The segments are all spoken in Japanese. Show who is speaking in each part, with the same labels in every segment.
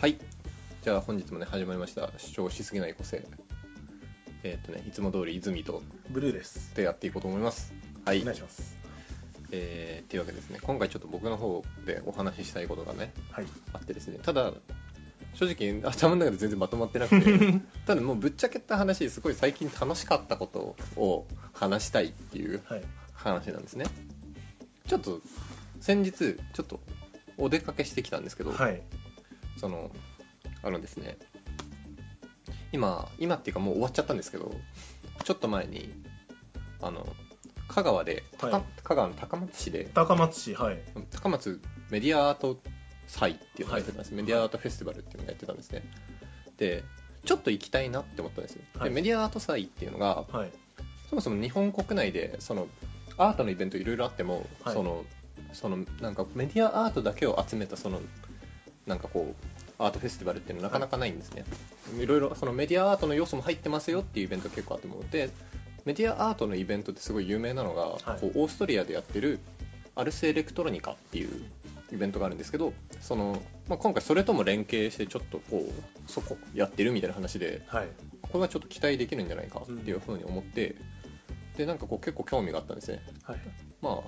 Speaker 1: はいじゃあ本日もね始まりました主張しすぎない個性えーっとねいつも通り泉と
Speaker 2: ブルーです。
Speaker 1: でやっていこうと思いますはい
Speaker 2: お願いします。
Speaker 1: えーっていうわけですね今回ちょっと僕の方でお話ししたいことがね
Speaker 2: はい。
Speaker 1: あってですねただ正直頭の中で全然まとまってなく てただもうぶっちゃけた話すごい最近楽しかったことを話したいっていう
Speaker 2: はい。
Speaker 1: 話なんですねちょっと先日ちょっとお出かけしてきたんですけど、
Speaker 2: はい。
Speaker 1: そのあのですね今今っていうかもう終わっちゃったんですけどちょっと前にあの香川で、たか
Speaker 2: はい
Speaker 1: 香川の高松市で
Speaker 2: 高松市、はい。
Speaker 1: 高松メディアアート祭っていうのをやってたんです、メディアアートフェスティバルっていうのをやってたんですねでちょっと行きたいなって思ったんですよ、
Speaker 2: はい
Speaker 1: でメディアアート祭っていうのが
Speaker 2: はい。
Speaker 1: そもそも日本国内でそのアートのイベントいろいろあっても、
Speaker 2: はい
Speaker 1: そのそのなんかメディアアートだけを集めたそのなんかこうアートフェスティバルっていうのはなかなかないんですね、い、ろいろそのメディアアートの要素も入ってますよっていうイベント結構あってもでメディアアートのイベントってすごい有名なのが、
Speaker 2: い
Speaker 1: こうオーストリアでやってるアルス・エレクトロニカっていうイベントがあるんですけどその、まあ、今回それとも連携してちょっとこうそこやってるみたいな話で
Speaker 2: はい。
Speaker 1: これはちょっと期待できるんじゃないかっていうふうに思って、でなんかこう結構興味があったんですね
Speaker 2: はい。
Speaker 1: ま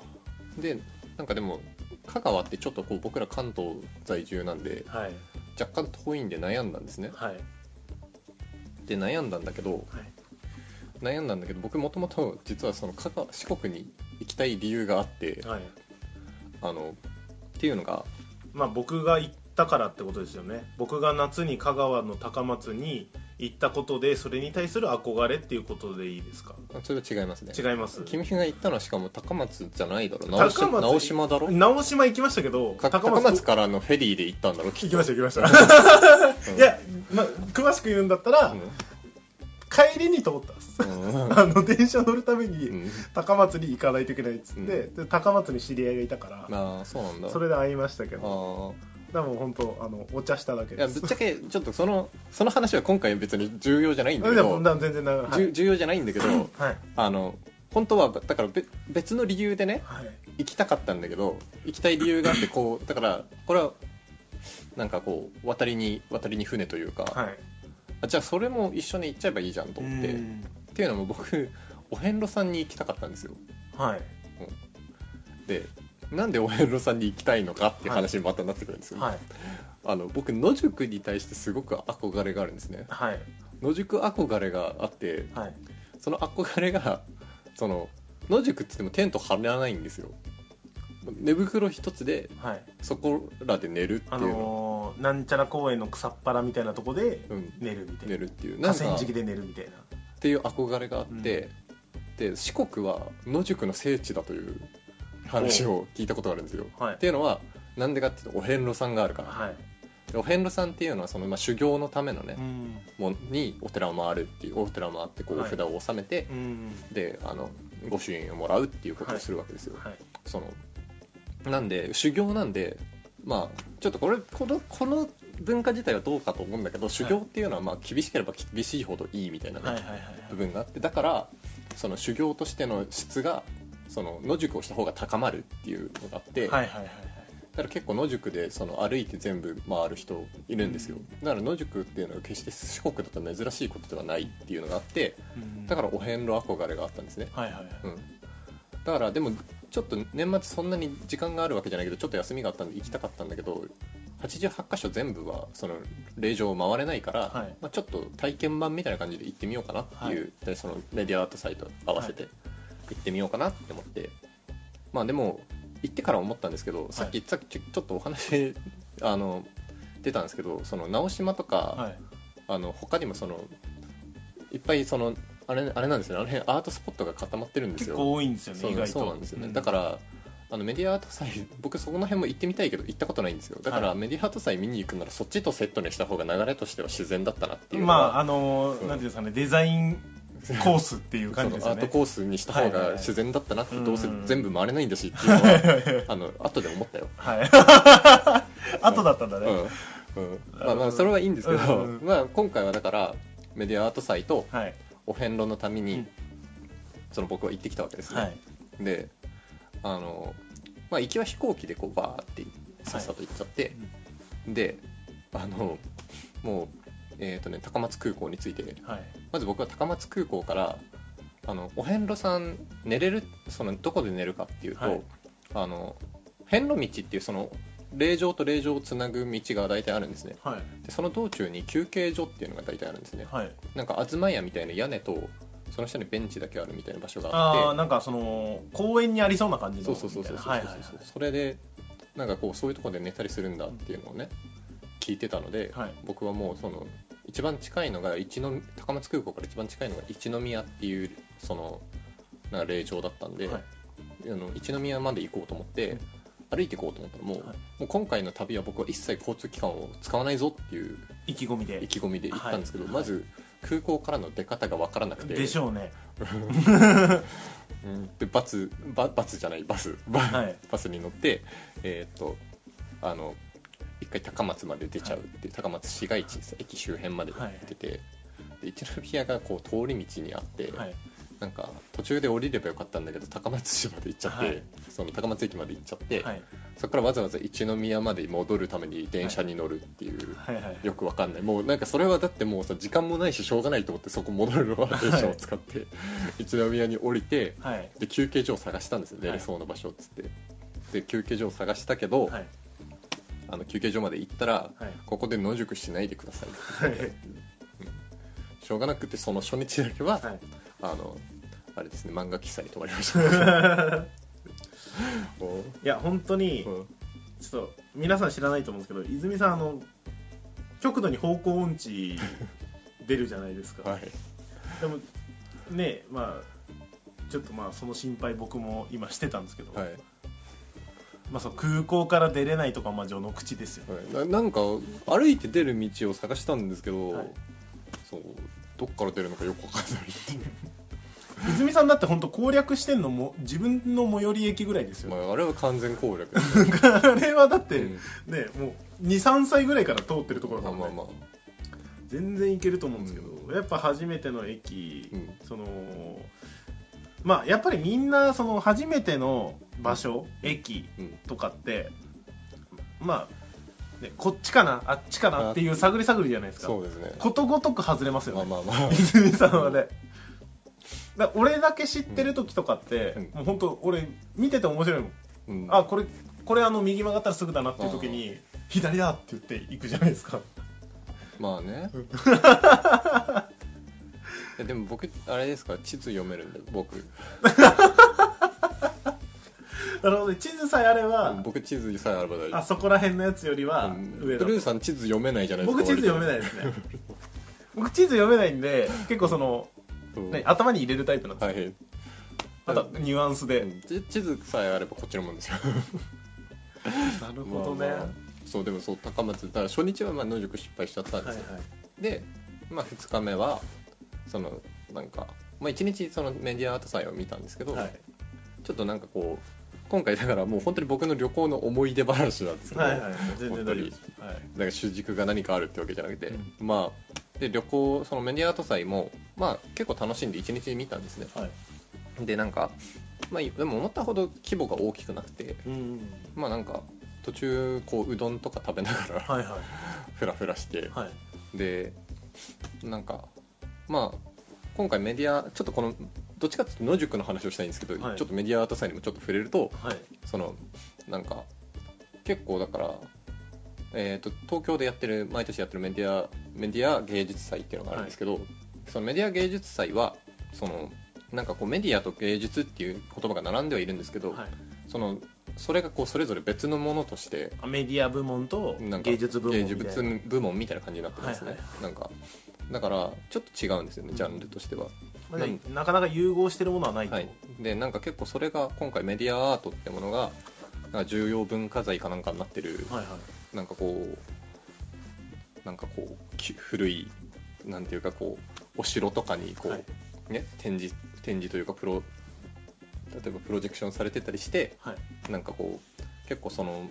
Speaker 1: あでなんかでも香川ってちょっとこう僕ら関東在住なんで
Speaker 2: はい。
Speaker 1: 若干遠いんで悩んだんですね
Speaker 2: はい。
Speaker 1: で悩んだんだけど
Speaker 2: はい。
Speaker 1: 悩んだんだけど僕もともと 実はその香川四国に行きたい理由があって
Speaker 2: はい。
Speaker 1: あのっていうのが
Speaker 2: まあ、僕が行ったからってことですよね。僕が夏に香川の高松に行ったことで、それに対する憧れっていうことでいいですか。
Speaker 1: それは違いますね
Speaker 2: 違います。
Speaker 1: 君が行ったのはしかも高松じゃないだろ
Speaker 2: 高
Speaker 1: 直
Speaker 2: 松
Speaker 1: 島直島だろ
Speaker 2: 直島行きましたけど、
Speaker 1: か高松からのフェリーで行った んだろきっ
Speaker 2: 行
Speaker 1: と
Speaker 2: きました行きました。 いや、まあ、詳しく言うんだったら、帰りにと思ったんです。
Speaker 1: うん
Speaker 2: あの、電車乗るために、
Speaker 1: うん
Speaker 2: 高松に行かないといけないっつって、
Speaker 1: うん
Speaker 2: で高松に知り合いがいたから、
Speaker 1: ああそうなんだ
Speaker 2: それで会いましたけど
Speaker 1: あ
Speaker 2: でも本当あのお茶しただけ
Speaker 1: あいや
Speaker 2: で
Speaker 1: ぶ
Speaker 2: す
Speaker 1: っちゃけちょっとそのその話は今回別に重要じゃないんだけ
Speaker 2: でも
Speaker 1: ど、
Speaker 2: な全然なは
Speaker 1: じゅ
Speaker 2: い、
Speaker 1: 重要じゃないんだけど
Speaker 2: はい
Speaker 1: あの本当はだからべ別の理由でね
Speaker 2: はい、
Speaker 1: 行きたかったんだけど行きたい理由があってこうだからこれはなんかこう渡りに渡りに船というか、
Speaker 2: はい、
Speaker 1: あじゃあそれも一緒に行っちゃえばいいじゃんと思って
Speaker 2: う
Speaker 1: っ
Speaker 2: ん
Speaker 1: ていうのも僕お遍路さんに行きたかったんですよ
Speaker 2: はい
Speaker 1: でなんでお遍路さんに行きたいのかっていう話にまたなってくるんですよ、
Speaker 2: はい
Speaker 1: あの僕野宿に対してすごく憧れがあるんですね
Speaker 2: はい
Speaker 1: 野宿憧れがあって
Speaker 2: はい
Speaker 1: その憧れがその野宿っつってもテント張らないんですよ寝袋一つで
Speaker 2: はい
Speaker 1: そこらで寝るってい
Speaker 2: あ
Speaker 1: うの、
Speaker 2: のーなんちゃら公園の草っ腹みたいなとこで
Speaker 1: うん
Speaker 2: 寝るみたいな、
Speaker 1: 寝るっていうな
Speaker 2: 河
Speaker 1: んか
Speaker 2: 川
Speaker 1: っ
Speaker 2: 敷で寝るみたいな
Speaker 1: ていう憧れがあって、で四国は野宿の聖地だという話を聞いたことがあるんですよ、
Speaker 2: はい
Speaker 1: っていうのはなんでかっていうとお遍路さんがあるから
Speaker 2: はい
Speaker 1: でお遍路さんっていうのはその、まあ、修行のためのね、
Speaker 2: うん
Speaker 1: ものにお寺を回るっていうお寺を回ってこう
Speaker 2: はい
Speaker 1: 札を納めて、
Speaker 2: うん
Speaker 1: であの御朱印をもらうっていうことをするわけですよ、
Speaker 2: はい
Speaker 1: そのなんで修行なんでまあちょっとこれこのこの文化自体はどうかと思うんだけど修行っていうのはまあ厳しければ厳しいほどいいみたいなね、
Speaker 2: はいはいはい
Speaker 1: 部分があってだからその修行としての質がその野宿をした方が高まるっていうのがあって、
Speaker 2: はいはいはいはい
Speaker 1: だから結構野宿でその歩いて全部回る人いるんですよ、だから野宿っていうのは決して四国だと珍しいことではないっていうのがあって
Speaker 2: うん
Speaker 1: だからお遍路憧れがあったんですね、
Speaker 2: はいはいはい
Speaker 1: うん、だからでもちょっと年末そんなに時間があるわけじゃないけどちょっと休みがあったんで行きたかったんだけど88箇所全部はその霊場を回れないから、
Speaker 2: はい
Speaker 1: まあ、ちょっと体験版みたいな感じで行ってみようかなっていう、
Speaker 2: は
Speaker 1: でそのメディアアートサイト合わせて行ってみようかなって思って、まあでも行ってから思ったんですけどさっき,、さっきちょちょっとお話 あの出たんですけどその直島とか、
Speaker 2: はい
Speaker 1: あの他にもそのいっぱいそのあれあれなんですよねあの辺アートスポットが固まってるんです
Speaker 2: 結
Speaker 1: よ。
Speaker 2: 構多いんですよ
Speaker 1: そ
Speaker 2: ね意
Speaker 1: う
Speaker 2: 外と
Speaker 1: そうなんですよね、だからあのメディアアート祭 僕そこの辺も行ってみたいけど行ったことないんですよだから、
Speaker 2: は
Speaker 1: メディアアート祭見に行くならそっちとセットにした方が流れとしては自然だったなっていうの
Speaker 2: ま
Speaker 1: は
Speaker 2: ああのー
Speaker 1: うん
Speaker 2: なんていうんですかねデザインコースっていう感じです
Speaker 1: そのアー
Speaker 2: よ
Speaker 1: ト
Speaker 2: ね
Speaker 1: コースにした方
Speaker 2: はいはい
Speaker 1: が
Speaker 2: はい
Speaker 1: 自然だったなって、
Speaker 2: うん
Speaker 1: どうせ全部回れないんだしっていうのは あの後で思ったよ、
Speaker 2: はい 後だったんだね、
Speaker 1: うんうん、まあまあそれはいいんですけど、
Speaker 2: うん
Speaker 1: まあ、今回はだからメディアアート祭と
Speaker 2: はい
Speaker 1: お遍路のために、
Speaker 2: うん
Speaker 1: その僕は行ってきたわけですね、
Speaker 2: はい
Speaker 1: であのまあ行きは飛行機でこうバーってさっさと行っちゃって、であのもう、えーとね、高松空港について、
Speaker 2: はい
Speaker 1: まず僕は高松空港からあのお遍路さん寝れるそのどこで寝るかっていうと、
Speaker 2: はい
Speaker 1: あの遍路道っていうその霊場と霊場をつなぐ道が大体あるんですね
Speaker 2: はい
Speaker 1: でその道中に休憩所っていうのが大体あるんですね
Speaker 2: はい
Speaker 1: なんか東屋みたいな屋根とその下にベンチだけあるみたいな場所が
Speaker 2: あ
Speaker 1: あ
Speaker 2: あ
Speaker 1: っ
Speaker 2: なんかその公園にありそうな感じ
Speaker 1: て
Speaker 2: の
Speaker 1: そうそうそうそう
Speaker 2: み
Speaker 1: そう
Speaker 2: たいなはいはい
Speaker 1: そうそれでなんかこうそういうところで寝たりするんだっていうのをね聞いてたので、
Speaker 2: はい
Speaker 1: 僕はもうその一番近いのが一の高松空港から一番近いのが一宮っていうそのなんか霊場だったんで、
Speaker 2: はい
Speaker 1: あの一宮まで行こうと思って歩いて行こうと思ったらもう,、
Speaker 2: はい
Speaker 1: もう今回の旅は僕は一切交通機関を使わないぞっていう
Speaker 2: 意気込みで
Speaker 1: 意気込みで行ったんですけど、
Speaker 2: はい
Speaker 1: まず空港からの出方が分からなくて
Speaker 2: でしょうね
Speaker 1: うんでバツババツじゃないバスバ,、
Speaker 2: はい
Speaker 1: バスに乗ってえーっとあの一回高松まで出ちゃうって、高松市街地です駅周辺まで出て、で一宮がこう通り道にあって、
Speaker 2: はい
Speaker 1: なんか途中で降りればよかったんだけど高松市まで行っちゃって、
Speaker 2: はい
Speaker 1: その高松駅まで行っちゃって、
Speaker 2: はい
Speaker 1: そこからわざわざ一宮まで戻るために電車に乗るっていう、
Speaker 2: はいはい
Speaker 1: よくわかんないもうなんかそれはだってもうさ時間もないししょうがないと思ってそこ戻るのは電車を使って、一宮に降りて
Speaker 2: はい
Speaker 1: で休憩所を探したんですよ
Speaker 2: はい
Speaker 1: 寝れそうな場所っつって、で休憩所を探したけど、
Speaker 2: はい
Speaker 1: あの休憩所まで行ったら、
Speaker 2: はい
Speaker 1: ここで野宿しないでください
Speaker 2: はい
Speaker 1: しょうがなくてその初日だけは、
Speaker 2: はい
Speaker 1: あのあれですね漫画喫茶に泊まりま したもう
Speaker 2: いや本当に
Speaker 1: うん
Speaker 2: ちょっと皆さん知らないと思うんですけど泉さんあの極度に方向音痴出るじゃないですか、
Speaker 1: はい
Speaker 2: でもねまあちょっとまあその心配僕も今してたんですけど、
Speaker 1: はい、はい
Speaker 2: まあ、その空港から出れないとかまあ序の口ですよ、
Speaker 1: ななんか歩いて出る道を探したんですけど、
Speaker 2: はい
Speaker 1: そうどっから出るのかよくわかんないっていう
Speaker 2: 泉さんだって本当攻略してんのも自分の最寄り駅ぐらい ですよ、
Speaker 1: まあ、あれは完全攻略ですね
Speaker 2: あれはだって、
Speaker 1: うん
Speaker 2: ねもう23歳ぐらいから通ってるところ
Speaker 1: ま
Speaker 2: だ
Speaker 1: あ
Speaker 2: もんね、
Speaker 1: まあまあ
Speaker 2: 全然行けると思うんですけど、
Speaker 1: う
Speaker 2: やっぱ初めての駅、
Speaker 1: うん
Speaker 2: そのまあやっぱりみんなその初めての場所、駅
Speaker 1: うん
Speaker 2: とかってまあ、ね、こっちかなあっちかなっていう探り探りじゃないですか
Speaker 1: そう ですね
Speaker 2: ことごとく外れますよね、
Speaker 1: まあまあまあ
Speaker 2: 泉さんはねだ俺だけ知ってる時とかって、
Speaker 1: うん
Speaker 2: もう本当俺見てて面白いもん、
Speaker 1: うん
Speaker 2: あこれこれあの右曲がったらすぐだなっていう時に左だって言って行くじゃないですか
Speaker 1: まあねいやでも僕あれですか地図読めるんで僕
Speaker 2: なるほどね地図さえあれば、
Speaker 1: 僕地図さえあれば大
Speaker 2: あ
Speaker 1: 丈
Speaker 2: そこら辺のやつより
Speaker 1: 夫
Speaker 2: は
Speaker 1: うんブ
Speaker 2: 上だ、
Speaker 1: ルーさん地図読めないじゃないですか
Speaker 2: 僕地図読めないですね僕地図読めないんで結構その、ね
Speaker 1: い
Speaker 2: 頭に入れるタイプなんです
Speaker 1: 大
Speaker 2: よ
Speaker 1: 変
Speaker 2: あとニュアンスで、
Speaker 1: 地地図さえあればこっちのもんですよ
Speaker 2: なる
Speaker 1: まあ
Speaker 2: ほどね、
Speaker 1: まあそうでもそう高松だから初日はまあ野宿失敗しちゃったんで
Speaker 2: はい
Speaker 1: す
Speaker 2: は
Speaker 1: よ
Speaker 2: い
Speaker 1: で、まあ、2日目はそのなんか、まあ、1日そのメディアアート祭を見たんですけど、
Speaker 2: はい
Speaker 1: ちょっとなんかこう今回だからもう本当に僕の旅行の思い出話なんですけど、
Speaker 2: はいはい全然大丈夫です、はい
Speaker 1: なんか主軸が何かあるってわけじゃなくて、まあで旅行そのメディアアート祭も、まあ、結構楽しんで1日見たんですね
Speaker 2: はい
Speaker 1: でなんか、まあ、でも思ったほど規模が大きくなくて
Speaker 2: うん
Speaker 1: まあなんか途中こううどんとか食べながら
Speaker 2: はいはい
Speaker 1: フラフラして、
Speaker 2: はい
Speaker 1: でなんかまあ今回メディアちょっとこのどっちかっていうと野宿の話をしたいんですけど、
Speaker 2: はい
Speaker 1: ちょっとメディアアート祭にもちょっと触れると
Speaker 2: はい
Speaker 1: そのなんか結構だから、えー、と東京でやってる毎年やってるメディアメディア芸術祭っていうのがあるんですけど、そのメディア芸術祭はそのなんかこうメディアと芸術っていう言葉が並んではいるんですけど、
Speaker 2: はい
Speaker 1: そのそれがこうそれぞれ別のものとして
Speaker 2: あメディア部門と
Speaker 1: なんか
Speaker 2: 芸術部門みたいな
Speaker 1: 芸術部門みたいな感じになってますね、
Speaker 2: はいは
Speaker 1: なんかだからちょっと違うんですよねジャンルとしては、
Speaker 2: まあねなかなか融合してるものはないと、
Speaker 1: はいでなんか結構それが今回メディアアートってものがなんか重要文化財かなんかになってる
Speaker 2: はいはい
Speaker 1: なんかこうなんかこうき古いなんていうかこうお城とかにこう、
Speaker 2: はい
Speaker 1: ね展示展示というかプロ例えばプロジェクションされてたりして、
Speaker 2: はい
Speaker 1: なんかこう結構その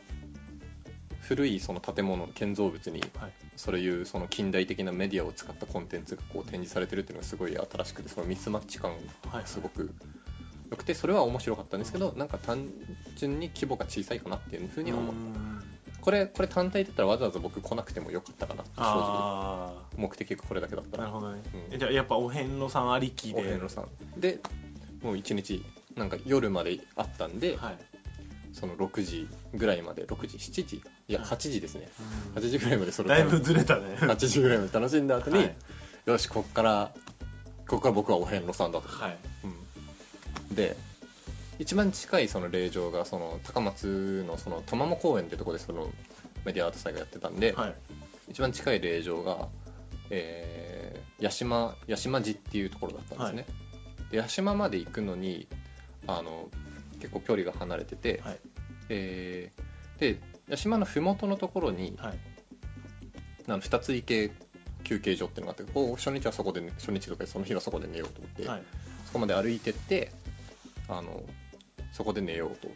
Speaker 1: 古いその建物の建造物に
Speaker 2: はい
Speaker 1: そういうその近代的なメディアを使ったコンテンツがこう展示されてるっていうのがすごい新しくてそのミスマッチ感
Speaker 2: はい
Speaker 1: がすごく良くてそれは面白かったんですけどなんか単純に規模が小さいかなっていうふうには思っ
Speaker 2: うーん
Speaker 1: これこれ単体だったらわざわざ僕来なくてもよかったかな正直
Speaker 2: あ
Speaker 1: 目的がこれだけだった
Speaker 2: あなる
Speaker 1: ら
Speaker 2: ほどね、
Speaker 1: うん
Speaker 2: えじゃあやっぱお遍路さんありきで
Speaker 1: お遍路さんでもう一日なんか夜まであったんで、
Speaker 2: はい、
Speaker 1: その6時ぐらいまで6時7時いや8時ですね8時ぐらいまでそれ
Speaker 2: だい ぶずれたね
Speaker 1: 8時ぐらいまで楽しんだ後に、
Speaker 2: はい
Speaker 1: よしこっからここから僕はお遍路さんだと、
Speaker 2: はい
Speaker 1: うんで一番近いその霊場がその高松のその玉間公園ってとこでそのメディアアート祭がやってたんで、
Speaker 2: はい
Speaker 1: 一番近い霊場が、えー、八島八島寺っていうところだったんですね、で八島まで行くのにあの結構距離が離れてて、
Speaker 2: はい
Speaker 1: えーで八島の麓のところに
Speaker 2: はい
Speaker 1: あの二つ池休憩所っていうのがあってこう初日はそこで、ね、初日とかその日はそこで寝ようと思って、
Speaker 2: はい
Speaker 1: そこまで歩いてってあのそこで寝ようと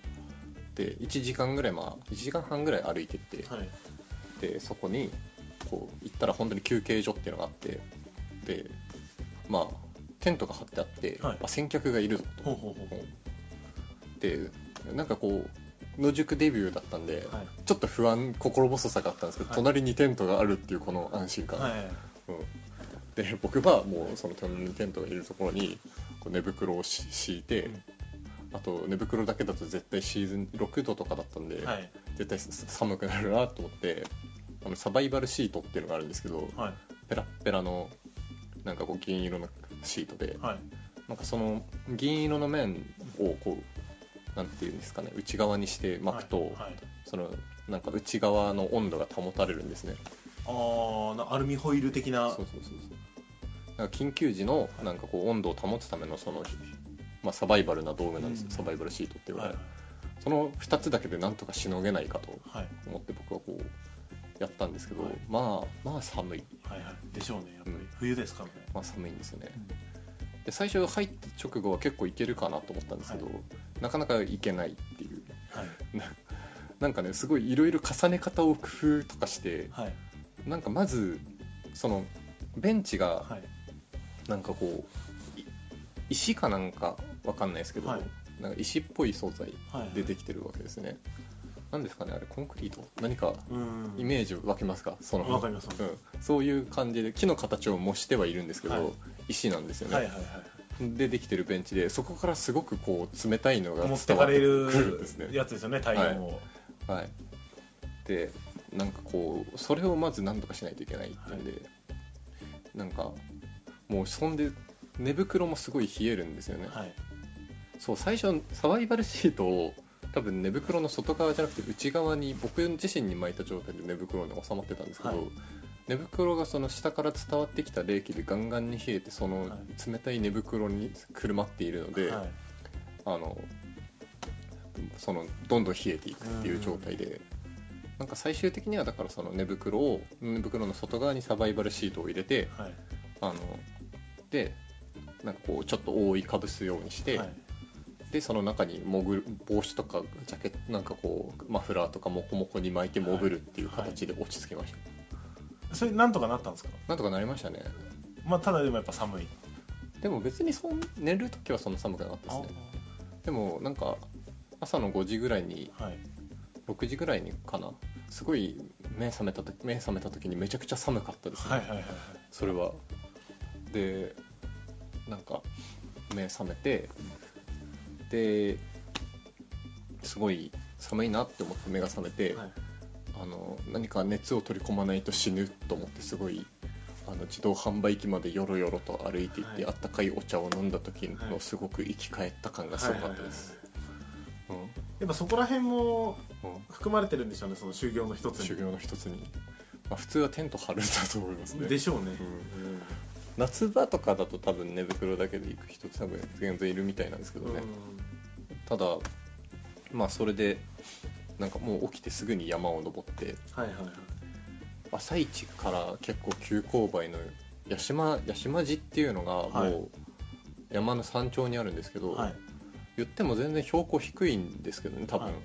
Speaker 1: で1時間ぐらいまあ1時間半ぐらい歩いてって、
Speaker 2: はい
Speaker 1: でそこにこう行ったら本当に休憩所っていうのがあってでまあテントが張ってあって、
Speaker 2: はい
Speaker 1: あ先客がいるぞ
Speaker 2: ほうほうほう
Speaker 1: とでなんかこう野宿デビューだったんで、
Speaker 2: はい
Speaker 1: ちょっと不安心細さがあったんですけど、
Speaker 2: はい
Speaker 1: 隣にテントがあるっていうこの安心感、
Speaker 2: はい
Speaker 1: うん、で僕はもうその隣にテントがいるところにこう寝袋をし敷いて、
Speaker 2: うん
Speaker 1: あと寝袋だけだと絶対シーズン6度とかだったんで、
Speaker 2: はい
Speaker 1: 絶対さ寒くなるなと思ってあのサバイバルシートっていうのがあるんですけど
Speaker 2: はい
Speaker 1: ペラッペラのなんかこう銀色のシートで
Speaker 2: はい
Speaker 1: なんかその銀色の面をこうなんていうんですかね内側にして巻く
Speaker 2: はい
Speaker 1: と
Speaker 2: はい
Speaker 1: そのなんか内側の温度が保たれるんですね
Speaker 2: ああなアルミホイル的な
Speaker 1: そうそうそうそうなんか緊急時のなんかこう温度を保つためのその、まあ、サバイバルな道具なんですよ
Speaker 2: うん
Speaker 1: サバイバルシートっていうの
Speaker 2: は
Speaker 1: はいその2つだけでなんとかしのげないかと
Speaker 2: はい
Speaker 1: 思って僕はこうやったんですけど、
Speaker 2: はい
Speaker 1: まあまあ寒い
Speaker 2: はいはいでしょうねやっぱり
Speaker 1: うん
Speaker 2: 冬ですからね
Speaker 1: まあ寒いんですよねで最初入って直後は結構いけるかなと思ったんですけど、
Speaker 2: は
Speaker 1: なかなかいけないっていう
Speaker 2: はい
Speaker 1: なんかねすごいいろいろ重ね方を工夫とかして
Speaker 2: はい
Speaker 1: なんかまずそのベンチが
Speaker 2: はい
Speaker 1: なんかこうい石かなんかわかんないですけど、
Speaker 2: はい
Speaker 1: なんか石っぽい素材
Speaker 2: はい
Speaker 1: でできてるわけですね何ですかねあれコンクリート何か
Speaker 2: うん
Speaker 1: イメージ湧きますかその
Speaker 2: わかります
Speaker 1: うん、そういう感じで木の形を模してはいるんですけど、
Speaker 2: はい
Speaker 1: 石なんですよね、
Speaker 2: はいはいはい
Speaker 1: でできてるベンチでそこからすごくこう冷たいのが
Speaker 2: 持って
Speaker 1: 伝
Speaker 2: か
Speaker 1: わっ
Speaker 2: れ
Speaker 1: てく
Speaker 2: る
Speaker 1: るんですね。
Speaker 2: やつですよね体温を
Speaker 1: はい、でなんかこうそれをまず何とかしないといけないっていうんで、なんかもうそんで寝袋もすごい冷えるんですよね、
Speaker 2: はい
Speaker 1: そう最初サバイバルシートを多分寝袋の外側じゃなくて内側に僕自身に巻いた状態で寝袋に収まってたんですけど、
Speaker 2: はい
Speaker 1: 寝袋がその下から伝わってきた冷気でガンガンに冷えてその
Speaker 2: は
Speaker 1: 冷たい寝袋にくるまっているので、
Speaker 2: はい
Speaker 1: あのそのどんどん冷えていくっていう状態でなんか最終的にはだからその寝袋を寝袋の外側にサバイバルシートを入れて
Speaker 2: はい
Speaker 1: あのでなんかこうちょっと覆いかぶすようにして、
Speaker 2: はい
Speaker 1: でその中に潜る帽子とかジャケットなんかこうマフラーとかモコモコに巻いて潜るっていう形で落ち着きました、
Speaker 2: それなんとかなったんですか
Speaker 1: なんとかなりましたね
Speaker 2: まあただでもやっぱ寒い
Speaker 1: でも別にそん寝る時はそんな寒くなかったですねでもなんか朝の5時ぐらいに
Speaker 2: あーはい
Speaker 1: 6時ぐらいにかなすごい目覚めた時目覚めた時にめちゃくちゃ寒かったですね、
Speaker 2: はいはいはいはい
Speaker 1: それはでなんか目覚めてですごい寒いなって思って目が覚めて、
Speaker 2: はい
Speaker 1: あの何か熱を取り込まないと死ぬと思ってすごいあの自動販売機までよろよろと歩いていって、
Speaker 2: は
Speaker 1: あったかいお茶を飲んだ時
Speaker 2: は
Speaker 1: の
Speaker 2: い
Speaker 1: すごく生き返った感がすごかったです。うん
Speaker 2: やっぱそこら辺も
Speaker 1: うん
Speaker 2: 含まれてるんでしょうねその修行の一つ
Speaker 1: 修
Speaker 2: に
Speaker 1: 行の一つに、まあ、普通はテント張るんだと思いますね
Speaker 2: でしょうね
Speaker 1: 夏場とかだと多分寝袋だけで行く人多分全然いるみたいなんですけど
Speaker 2: うん
Speaker 1: ね、ただまあそれでなんかもう起きてすぐに山を登って
Speaker 2: はいはいはい
Speaker 1: 朝一から結構急勾配の八島八島寺っていうのが
Speaker 2: はい
Speaker 1: もう山の山頂にあるんですけど、
Speaker 2: はい
Speaker 1: 言っても全然標高低いんですけどね多分、
Speaker 2: はい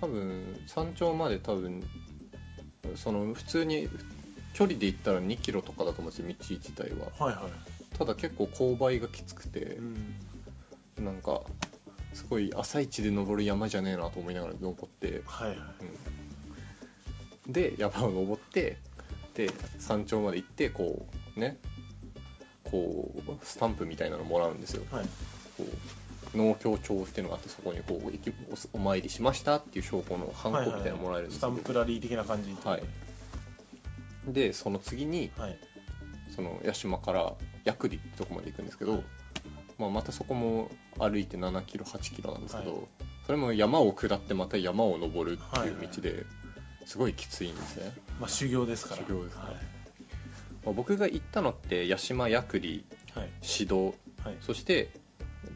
Speaker 1: 多分山頂まで多分その普通に距離で行ったら2キロとかだと思うんですよ道自体は
Speaker 2: はいは
Speaker 1: ただ結構勾配がきつく
Speaker 2: い
Speaker 1: て
Speaker 2: うん
Speaker 1: なんかすごい朝一で登る山じゃねえなと思いながら登って、
Speaker 2: はいはい
Speaker 1: うんで山を登ってで山頂まで行ってこうねこうスタンプみたいなのもらうんですよ
Speaker 2: はい
Speaker 1: こう農協帳っていうのがあってそこにこう行きおお参りしましたっていう証拠のハンコみたいなのもらえるんですけ
Speaker 2: スタ
Speaker 1: ど
Speaker 2: ンプラリー的な感じ
Speaker 1: はいでその次に
Speaker 2: はい
Speaker 1: その八島から薬理ってとこまで行くんですけど、まあ、またそこも歩いて7キロ8キロなんですけど、
Speaker 2: はい
Speaker 1: それも山を下ってまた山を登るって
Speaker 2: はいいうはい
Speaker 1: 道ですごいきついんですね、
Speaker 2: まあ修行ですから
Speaker 1: 修行ですから
Speaker 2: はい
Speaker 1: まあ、僕が行ったのって八島薬理
Speaker 2: はい
Speaker 1: 指導
Speaker 2: はい
Speaker 1: そして、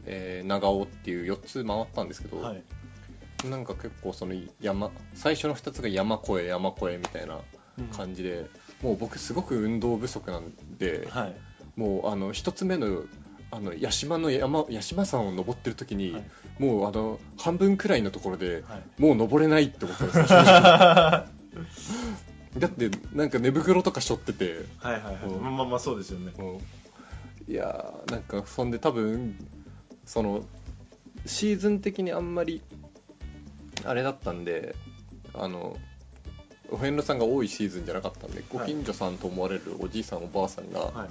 Speaker 1: えー長尾っていう4つ回ったんですけど、
Speaker 2: はい
Speaker 1: なんか結構その山最初の2つが山越え山越えみたいな
Speaker 2: うん
Speaker 1: 感じで、もう僕すごく運動不足なんで、
Speaker 2: はい
Speaker 1: もうあの一つ目のあの八島の山八島山を登ってる時に、
Speaker 2: はい
Speaker 1: もうあの半分くらいのところで、
Speaker 2: はい
Speaker 1: もう登れないってこと ですだってなんか寝袋とか背負ってて
Speaker 2: はいはいはい
Speaker 1: うん
Speaker 2: まあまあそうですよね
Speaker 1: もういやーなんかそんで多分そのシーズン的にあんまりあれだったんであのお遍路さんが多いシーズンじゃなかったんでご近所さんと思われるおじいさんおばあさんが、
Speaker 2: はい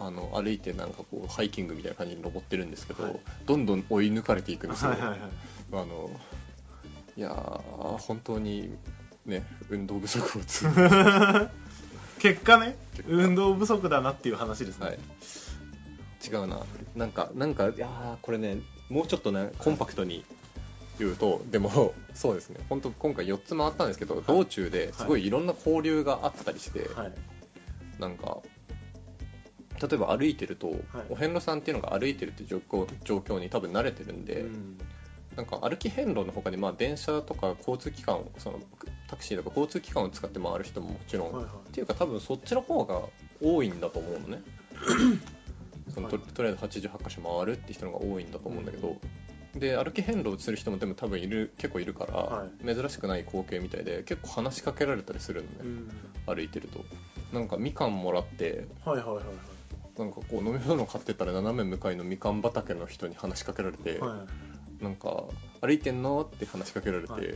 Speaker 1: あの歩いてなんかこうハイキングみたいな感じに登ってるんですけど、
Speaker 2: はい
Speaker 1: どんどん追い抜かれていくんですよ。
Speaker 2: はいはいはい
Speaker 1: あのいやー本当にね運動不足をつは
Speaker 2: 結果ね
Speaker 1: 結果
Speaker 2: 運動不足だなっていう話ですね、
Speaker 1: い違うななんかなんかいやーこれねもうちょっとねコンパクトに言うとでも そうですね本当今回4つ回ったんですけど、道中ですごいいろんな交流があったりして、
Speaker 2: はい
Speaker 1: なんか例えば歩いてると、お遍路さんっていうのが歩いてるって状況状況に多分慣れてるんで、
Speaker 2: うん
Speaker 1: なんか歩き遍路の他にまあ電車とか交通機関をそのタクシーとか交通機関を使って回る人ももちろん、
Speaker 2: はいはい
Speaker 1: っていうか多分そっちの方が多いんだと思う のねそのととりあえず88箇所回るって人の方が多いんだと思うんだけど、で歩き遍路をする人もでも多分いる結構いるから、
Speaker 2: は
Speaker 1: 珍しくない光景みたいで結構話しかけられたりするの
Speaker 2: う
Speaker 1: ね、
Speaker 2: ん
Speaker 1: 歩いてるとなんかみかんもらって
Speaker 2: はいはいはいは
Speaker 1: なんかこう飲み物買ってたら斜め向かいのみかん畑の人に話しかけられて、
Speaker 2: いはい
Speaker 1: なんか「歩いてんの?」って話しかけられて「
Speaker 2: はい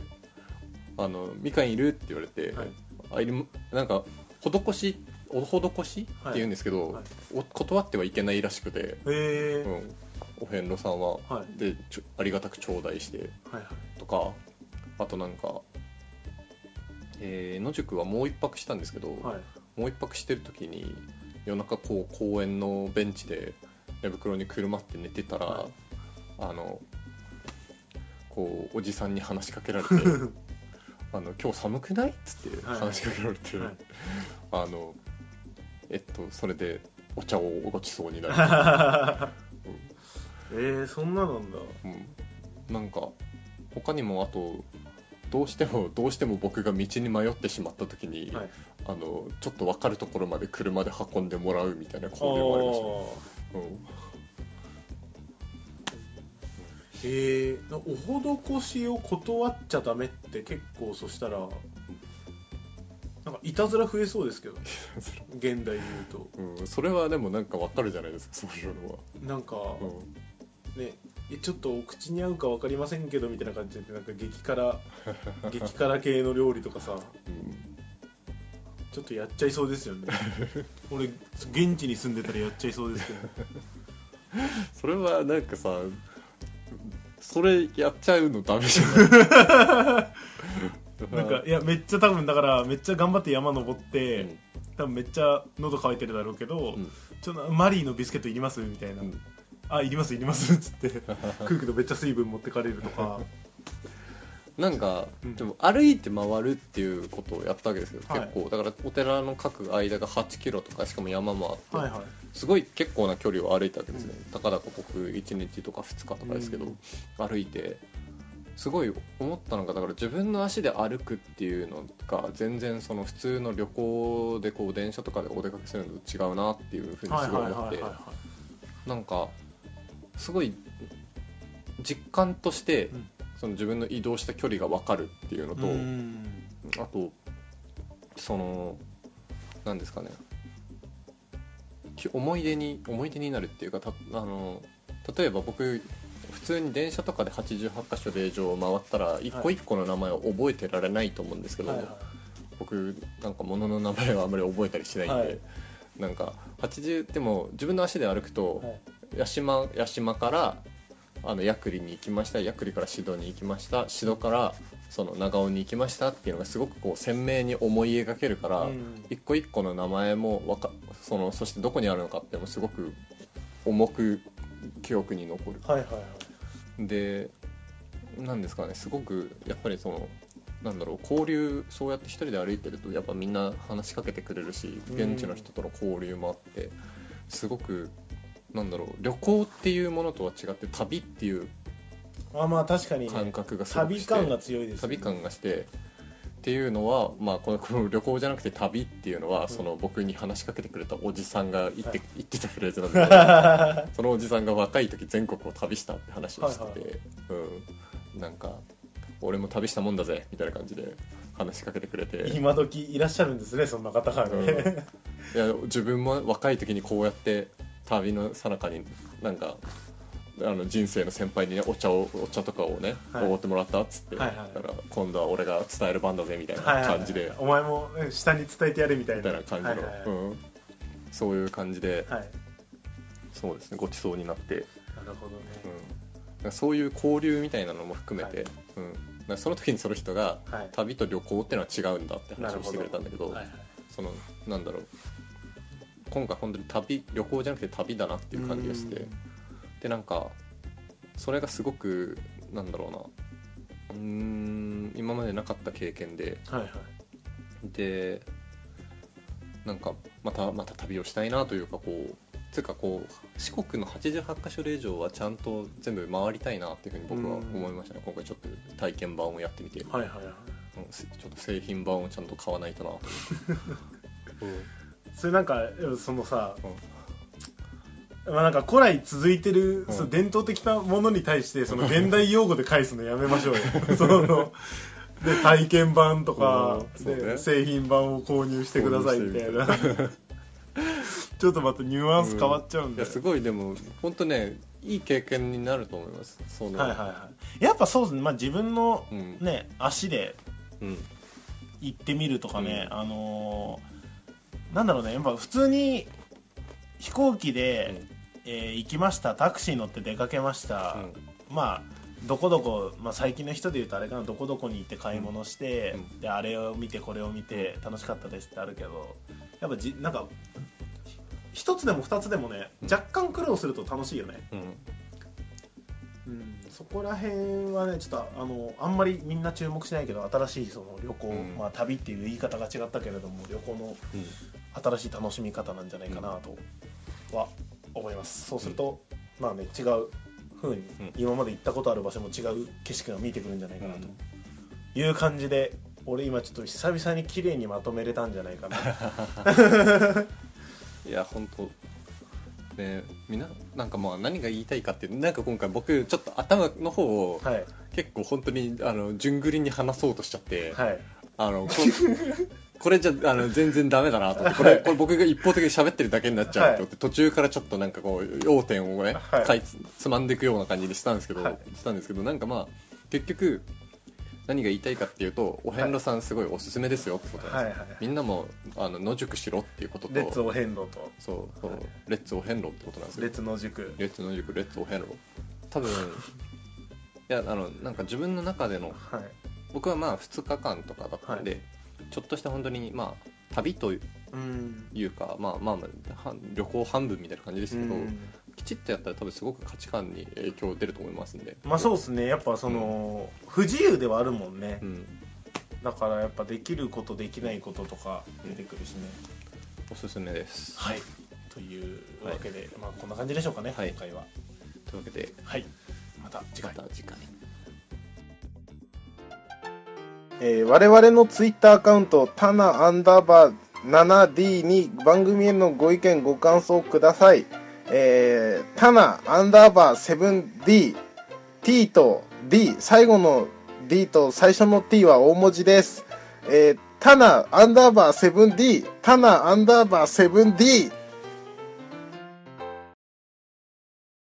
Speaker 1: あのみかんいる?」って言われて
Speaker 2: はい
Speaker 1: 「あいるなんか施しお施し?」って言うんですけど、
Speaker 2: はい
Speaker 1: お断ってはいけないらしくて、
Speaker 2: へえ
Speaker 1: うん、お遍路さんは、
Speaker 2: はい
Speaker 1: でちょありがたく頂戴して
Speaker 2: はいはい
Speaker 1: とかあとなんか、えー野宿はもう一泊したんですけど、
Speaker 2: はい
Speaker 1: もう一泊してる時に夜中こう公園のベンチで寝袋にくるまって寝てたら、
Speaker 2: はい
Speaker 1: あのこうおじさんに話しかけられ てあの「今日寒くない?」っつって
Speaker 2: はい
Speaker 1: 話しかけられて、
Speaker 2: はい
Speaker 1: あのえっとそれでお茶をごちそうになる、
Speaker 2: えー、そんななんだ
Speaker 1: うん、なんか他にもあとどうしてもどうしても僕が道に迷ってしまった時に、
Speaker 2: はい
Speaker 1: あのちょっと分かるところまで車で運んでもらうみたいな
Speaker 2: あ
Speaker 1: 行為もありましたね。
Speaker 2: ー
Speaker 1: うん
Speaker 2: へえお施しを断っちゃダメって結構そしたらなんかいたずら増えそうですけどね現代で言うと
Speaker 1: うん、 それはでもなんかわかるじゃないですかそういうのは、
Speaker 2: なんか
Speaker 1: うん、
Speaker 2: ねえちょっとお口に合うか分かりませんけどみたいな感じでなんか激辛激辛系の料理とかさ
Speaker 1: うん
Speaker 2: ちょっとやっちゃいそうです よね俺現地に住んでたらやっちゃいそうですけど
Speaker 1: それはなんかさそれやっちゃうのダメじゃない
Speaker 2: なんかいやめっちゃ多分だからめっちゃ頑張って山登って、
Speaker 1: うん
Speaker 2: 多分めっちゃ喉乾いてるだろうけど、
Speaker 1: うん
Speaker 2: ちょっとマリーのビスケットいりますみたいな、
Speaker 1: うん
Speaker 2: あいりますいりますっつって空気とめっちゃ水分持ってかれる とか
Speaker 1: なんか
Speaker 2: うん
Speaker 1: でも歩いて回るっていうことをやったわけですよ、
Speaker 2: はい
Speaker 1: 結構だからお寺の各間が8キロとかしかも山もあって、
Speaker 2: はいはい
Speaker 1: すごい結構な距離を歩いたわけですね、たかだか僕1日とか2日とかですけど、
Speaker 2: うん
Speaker 1: 歩いてすごい思ったのがだから自分の足で歩くっていうのが全然その普通の旅行でこう電車とかでお出かけするのと違うなっていうふうに
Speaker 2: はい
Speaker 1: すごい
Speaker 2: はい
Speaker 1: 思っ
Speaker 2: はい
Speaker 1: て
Speaker 2: はい
Speaker 1: なんかすごい実感として
Speaker 2: うん
Speaker 1: その自分の移動した距離が分かるっていうのと、
Speaker 2: うん
Speaker 1: あとその何ですかねき思い出に思い出になるっていうかたあの例えば僕普通に電車とかで88箇所霊場を回ったら一個一個の名前を覚えてられないと思うんですけど、
Speaker 2: はいは
Speaker 1: 僕なんか物の名前はあんまり覚えたりしないんで、
Speaker 2: はい
Speaker 1: なんか80でも自分の足で歩くと、
Speaker 2: はい
Speaker 1: 八島八島からあのヤクリに行きましたヤクリからシドに行きましたシドからその長尾に行きましたっていうのがすごくこう鮮明に思い描けるから、
Speaker 2: うん
Speaker 1: 一個一個の名前もわかそのそしてどこにあるのかっていうのもすごく重く記憶に残る。
Speaker 2: はいはいはい
Speaker 1: でなんですかねすごくやっぱりそのなんだろう交流そうやって一人で歩いてるとやっぱみんな話しかけてくれるし
Speaker 2: うん
Speaker 1: 現地の人との交流もあってすごくなんだろう旅行っていうものとは違って旅っていう
Speaker 2: あまあ確かに、
Speaker 1: 感
Speaker 2: ね、
Speaker 1: 覚がすごく
Speaker 2: 旅
Speaker 1: して
Speaker 2: 感が強いです、
Speaker 1: 旅感がしてっていうのは、まあ、この この旅行じゃなくて旅っていうのは、その僕に話しかけてくれたおじさんが言って,、
Speaker 2: はい
Speaker 1: 言ってたフレーズなんだけど
Speaker 2: は
Speaker 1: そのおじさんが若い時全国を旅したって話をしてて、
Speaker 2: は
Speaker 1: うん、なんか「俺も旅したもんだぜ」みたいな感じで話しかけてくれて
Speaker 2: い今時いらっしゃるんですねそんな方が
Speaker 1: うん
Speaker 2: ね、
Speaker 1: いや自分も若い時にこうやって旅の最中になんかあの人生の先輩にねお茶をお茶とかをねお
Speaker 2: はい
Speaker 1: ご、ってもらったっつって、
Speaker 2: はいはいはい
Speaker 1: だから今度は俺が伝える番だぜみたいな
Speaker 2: はいはいはい
Speaker 1: 感じで、
Speaker 2: お前もね下に伝えてやれみたいな
Speaker 1: みたいな感じの、
Speaker 2: はいはいはい
Speaker 1: うん、そういう感じで、
Speaker 2: はい
Speaker 1: そうですねごちそうになって、
Speaker 2: なるほどね、
Speaker 1: うん、だからそういう交流みたいなのも含めて、
Speaker 2: はい
Speaker 1: うん、だからその時にその人が、
Speaker 2: はい
Speaker 1: 旅と旅行ってのは違うんだって
Speaker 2: な
Speaker 1: 話
Speaker 2: る
Speaker 1: をし
Speaker 2: ほ
Speaker 1: てく
Speaker 2: ど
Speaker 1: れたんだけど
Speaker 2: はいはい
Speaker 1: そのなんだろう今回本当に旅旅行じゃなくて旅だなっていう感じがして
Speaker 2: うん
Speaker 1: でなんかそれがすごくなんだろうなうーん今までなかった経験で
Speaker 2: はいはい
Speaker 1: でなんかまたまた旅をしたいなというかこうつうかこう四国の88か所以上はちゃんと全部回りたいなっていうふうに僕は思いましたね今回ちょっと体験版をやってみて、
Speaker 2: はいはいはい
Speaker 1: うんせちょっと製品版をちゃんと買わ ないとなと思って、
Speaker 2: それなんかそのさ、
Speaker 1: うん
Speaker 2: まあ、なんか古来続いてる、
Speaker 1: うん
Speaker 2: その伝統的なものに対してその現代用語で返すのやめましょうよ そので体験版と
Speaker 1: う
Speaker 2: か、
Speaker 1: んそうね
Speaker 2: で製品版を購入してくださいみたいな ちょっとまたニュアンス変わっちゃうん
Speaker 1: い
Speaker 2: で、
Speaker 1: やすごいでも本当ねいい経験になると思いますその、
Speaker 2: はいはいはいやっぱそうですね、まあ、自分の
Speaker 1: うん
Speaker 2: ね、足で
Speaker 1: うん
Speaker 2: 行ってみるとかね、あのーなんだろうねやっぱ普通に飛行機で、えー行きましたタクシー乗って出かけました、まあどこどこ、まあ、最近の人で言うとあれかなどこどこに行って買い物して、
Speaker 1: うんうん
Speaker 2: であれを見てこれを見て楽しかったですってあるけどやっぱじなんか一つでも二つでもね
Speaker 1: うん
Speaker 2: 若干苦労すると楽しいよね、
Speaker 1: うん
Speaker 2: うん、そこら辺はねちょっとあのあんまりみんな注目しないけど新しいその旅行、
Speaker 1: うん
Speaker 2: まあ、旅っていう言い方が違ったけれども旅行の
Speaker 1: うん
Speaker 2: 新しい楽しみ方なんじゃないかなとは思いますそうすると、まあね違う風に、
Speaker 1: うん
Speaker 2: 今まで行ったことある場所も違う景色が見えてくるんじゃないかなという感じで俺今ちょっと久々に綺麗にまとめれたんじゃないかな
Speaker 1: いや本当ねみんななんかまあ何が言いたいかってなんか今回僕ちょっと頭の方を
Speaker 2: はい
Speaker 1: 結構本当にあの順繰りに話そうとしちゃって、
Speaker 2: はい
Speaker 1: あのこ これじゃあの全然ダメだなと思ってこれこれ僕が一方的に喋ってるだけになっちゃうって思って、途中からちょっとなんかこう要点をね、
Speaker 2: はい
Speaker 1: かいつつまんでいくような感じにしたんですけど、
Speaker 2: はい
Speaker 1: したんですけどなんかまあ結局何が言いたいかっていうとお遍路さんすごいおすすめですよってことなんです
Speaker 2: はい
Speaker 1: よ、
Speaker 2: はい
Speaker 1: みんなもあの野宿しろっていうことと
Speaker 2: レッツお遍路と
Speaker 1: そうそうレッツお遍路ってことなんですよ
Speaker 2: レッツ野宿
Speaker 1: レッツ野宿レッツお遍路多分 いやあのなんか自分の中での
Speaker 2: はい
Speaker 1: 僕はまあ2日間とかだったんで、ちょっとした本当にまあ旅と
Speaker 2: うん
Speaker 1: いうか、まあ、まあまあは旅行半分みたいな感じですけど、
Speaker 2: うん
Speaker 1: きちっとやったら多分すごく価値観に影響出ると思いますんで
Speaker 2: まあそうですねやっぱその、不自由ではあるもんね、
Speaker 1: うん、
Speaker 2: だからやっぱできることできないこととか出てくるしね、
Speaker 1: おすすめです
Speaker 2: はいというわけで、まあこんな感じでしょうかね、
Speaker 1: はい
Speaker 2: 今回は
Speaker 1: というわけで
Speaker 2: はいまた次
Speaker 1: ま
Speaker 2: 回
Speaker 1: た次回
Speaker 3: えー我々のツイッターアカウント、タナアンダーバー 7D に番組へのご意見、ご感想をください。えー、タナアンダーバー 7D、T と D、最後の D と最初の T は大文字です。えー、タナアンダーバー 7D、タナアンダーバー 7D